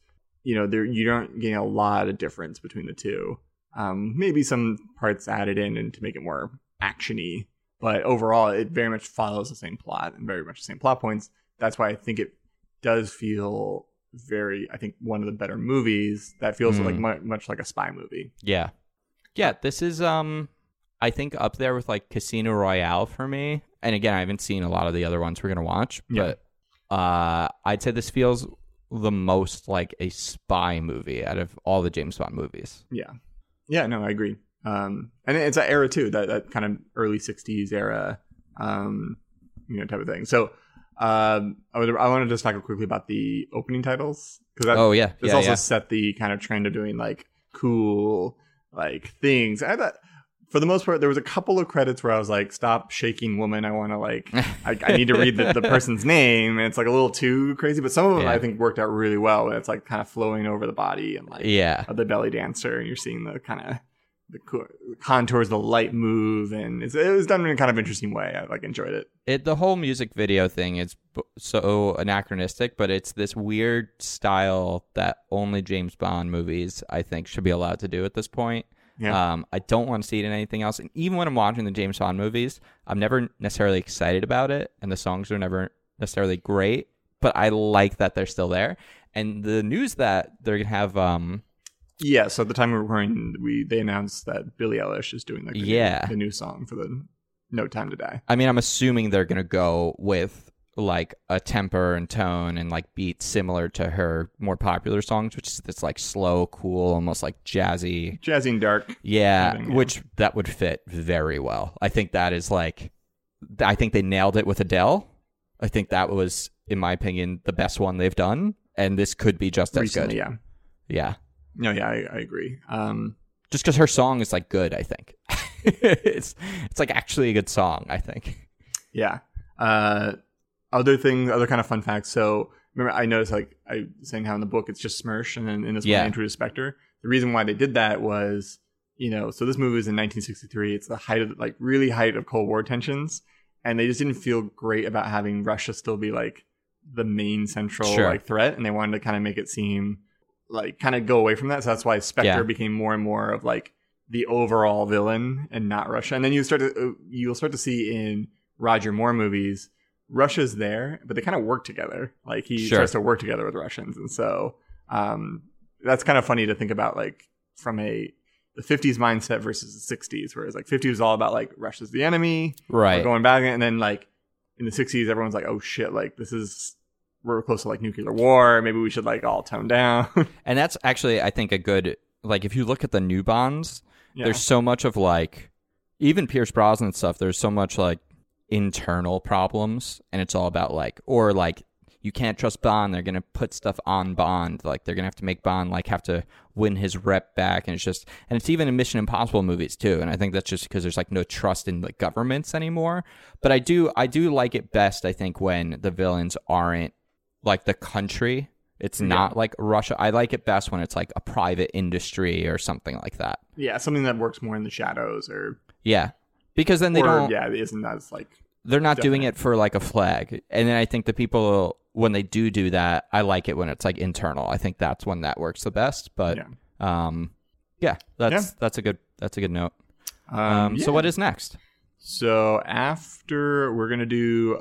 S1: you know there you don't gain a lot of difference between the two. Um, maybe some parts added in and to make it more actiony, but overall it very much follows the same plot and very much the same plot points. That's why I think it does feel very I think one of the better movies that feels
S2: Mm.
S1: like mu- much like a spy movie.
S2: Yeah. Yeah, this is um I think up there with like Casino Royale for me. And again, I haven't seen a lot of the other ones we're going to watch,
S1: Yeah.
S2: but uh I'd say this feels the most like a spy movie out of all the James Bond movies.
S1: Yeah, yeah, no, I agree. Um, and it's that era too, that that kind of early '60s era, um, you know, type of thing. So, um, I would, I wanted to just talk quickly about the opening titles because that
S2: oh yeah.
S1: this
S2: yeah,
S1: also
S2: yeah.
S1: set the kind of trend of doing like cool like things. I thought. For the most part, there was a couple of credits where I was like, "Stop shaking, woman! I want to like, I, I need to read the, the person's name," and it's like a little too crazy. But some of them
S2: Yeah.
S1: I think worked out really well, and it's like kind of flowing over the body and like,
S2: Yeah.
S1: of the belly dancer and you're seeing the kind of the co- contours the light move and it's, it was done in a kind of interesting way i like enjoyed it
S2: It the whole music video thing is b- so anachronistic, but it's this weird style that only James Bond movies I think should be allowed to do at this point.
S1: yeah
S2: Um, I don't want to see it in anything else. And even when I'm watching the James Bond movies, I'm never necessarily excited about it, and the songs are never necessarily great. But I like that they're still there. And the news that they're gonna have, um,
S1: yeah so at the time we were recording we they announced that billie eilish is doing like the, new-
S2: Yeah.
S1: the new song for the no time to die
S2: I mean, I'm assuming they're gonna go with like a temper and tone and like beats similar to her more popular songs, which is this like slow, cool, almost like jazzy
S1: jazzy and dark
S2: Yeah,
S1: Something, yeah.
S2: which that would fit very well. I think that is like, th- I think they nailed it with Adele. I think that was, in my opinion, the best one they've done, and this could be just as
S1: recently
S2: good.
S1: yeah
S2: Yeah,
S1: no yeah I, I agree um
S2: just because her song is like good, I think it's it's like actually a good song. I think.
S1: Yeah. Uh, other things, other kind of fun facts. So remember, I noticed like I was saying how in the book it's just Smirsh, and then in this
S2: Yeah.
S1: one, Andrew Specter. The reason why they did that was, you know, so this movie was in 1963. It's the height of like really height of Cold War tensions, and they just didn't feel great about having Russia still be like the main central
S2: Sure.
S1: like threat, and they wanted to kind of make it seem like kind of go away from that. So that's why Spectre
S2: Yeah.
S1: became more and more of like the overall villain and not Russia. And then you start to uh, you'll start to see in Roger Moore movies, Russia's there, but they kind of work together. Like he
S2: Sure.
S1: starts to work together with Russians, and so um, that's kind of funny to think about. Like from a the 50s mindset versus the 60s, whereas like 50s was all about like Russia's the enemy, we're
S2: Right.
S1: going back, and then like in the 60s, everyone's like, oh shit, like this is we're close to like nuclear war. Maybe we should like all tone down.
S2: And that's actually, I think, a good like if you look at the new bonds,
S1: Yeah.
S2: there's so much of like even Pierce Brosnan stuff, there's so much like internal problems and it's all about like or like you can't trust Bond, they're gonna put stuff on Bond, like they're gonna have to make Bond like have to win his rep back and it's just and it's even in Mission Impossible movies too. And I think that's just because there's like no trust in like governments anymore. But I do I do like it best, I think, when the villains aren't like the country. It's not like Russia. I like it best when it's like a private industry or something like that.
S1: yeah, something that works more in the shadows or,
S2: Yeah. Because then they
S1: or
S2: don't
S1: yeah, it isn't as like
S2: they're not doing it for like a flag. And then I think the people when they do do that, I like it when it's like internal. I think that's when that works the best, but
S1: Yeah.
S2: um yeah, that's that's a good that's a good note.
S1: um,
S2: Um
S1: yeah.
S2: so what is next?
S1: So after we're gonna do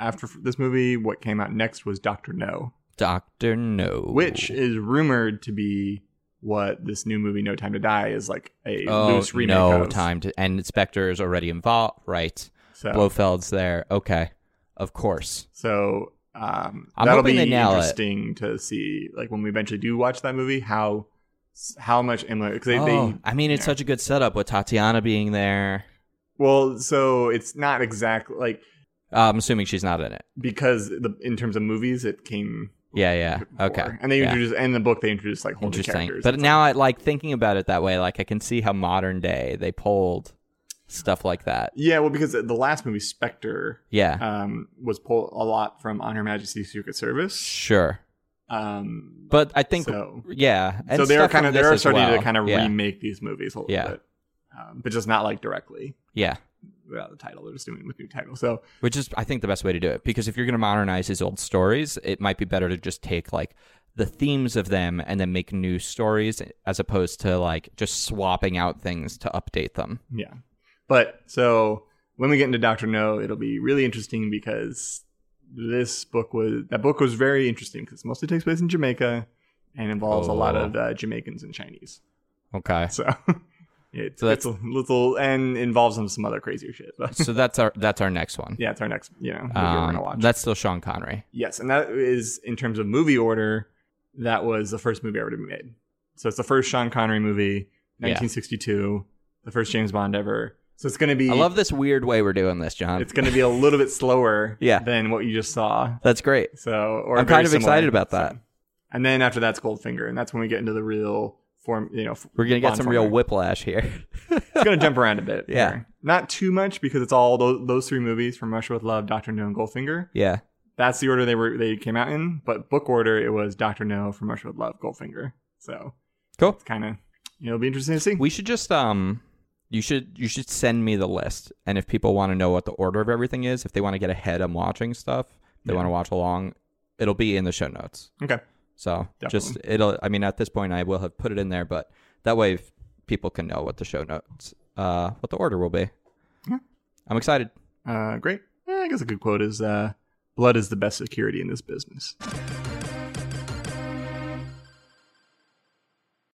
S1: after this movie, what came out next was Doctor No,
S2: Doctor No.
S1: which is rumored to be what this new movie No Time to Die is like a
S2: oh,
S1: loose remake
S2: no
S1: of.
S2: time to and Spectre is already involved, right?
S1: So,
S2: Blofeld's there. Okay. Of course.
S1: so um,
S2: I'm
S1: that'll
S2: hoping
S1: be
S2: they nail it.
S1: interesting to see, like when we eventually do watch that movie, how how much Emily because they,
S2: oh,
S1: they
S2: I mean, it's
S1: yeah.
S2: such a good setup with Tatiana being there.
S1: well, so it's not exactly like
S2: Uh, I'm assuming she's not in it.
S1: because the in terms of movies, it came
S2: Yeah, yeah.
S1: before.
S2: Okay.
S1: and they
S2: Yeah.
S1: introduced in the book they introduced like whole new
S2: Interesting.
S1: characters.
S2: But now I like thinking about it that way. Like I can see how modern day they pulled stuff like that.
S1: Yeah, well, because the last movie, Spectre,
S2: Yeah.
S1: um, was pulled a lot from On Her Majesty's Secret Service.
S2: sure.
S1: Um,
S2: But I think
S1: so,
S2: yeah. And
S1: so they are
S2: stuff
S1: kind
S2: from
S1: of they
S2: this
S1: are
S2: as
S1: starting
S2: well.
S1: to kind of
S2: yeah.
S1: remake these movies a little
S2: Yeah.
S1: bit, um, but just not like directly
S2: yeah.
S1: without the title. They're just doing it with new title. So
S2: Which is I think the best way to do it because if you're going to modernize his old stories, it might be better to just take like the themes of them and then make new stories as opposed to like just swapping out things to update them.
S1: yeah, but so when we get into Doctor No, it'll be really interesting because this book was that book was very interesting because mostly takes place in Jamaica and involves a lot
S2: Oh.
S1: of uh, Jamaicans and Chinese.
S2: Okay.
S1: So it's,
S2: So
S1: it's a little and involves some, some other crazier shit. But
S2: so that's our that's our next one.
S1: yeah, it's our next you know movie we're
S2: Um,
S1: gonna watch.
S2: that's still Sean Connery.
S1: yes, and that is in terms of movie order, that was the first movie ever to be made. So it's the first Sean Connery movie,
S2: Yeah.
S1: 1962, the first James Bond ever. So it's gonna be
S2: I love this weird way we're doing this, John.
S1: it's gonna be a little bit slower
S2: Yeah.
S1: than what you just saw.
S2: That's great.
S1: So or
S2: I'm
S1: very
S2: kind of
S1: similar.
S2: excited about
S1: So-
S2: that.
S1: and then after that's Goldfinger, and that's when we get into the real form. You know,
S2: We're gonna get
S1: Bond
S2: some
S1: format.
S2: real whiplash here.
S1: it's gonna jump around a bit.
S2: Yeah.
S1: here. not too much because it's all those, those three movies from Russia with Love, Doctor No, and Goldfinger.
S2: yeah.
S1: That's the order they were they came out in. But book order, it was Doctor No from Russia with Love, Goldfinger. So
S2: Cool.
S1: it's kind of you know it'll be interesting to see.
S2: We should just um you should you should send me the list and if people want to know what the order of everything is, if they want to get ahead on watching stuff, if they
S1: Yeah.
S2: want to watch along, it'll be in the show notes.
S1: okay,
S2: So just it'll I mean at this point I will have put it in there, but that way if people can know what the show notes uh what the order will be.
S1: Yeah.
S2: I'm excited.
S1: uh, great. Eh, I guess a good quote is uh, "Blood is the best security in this business."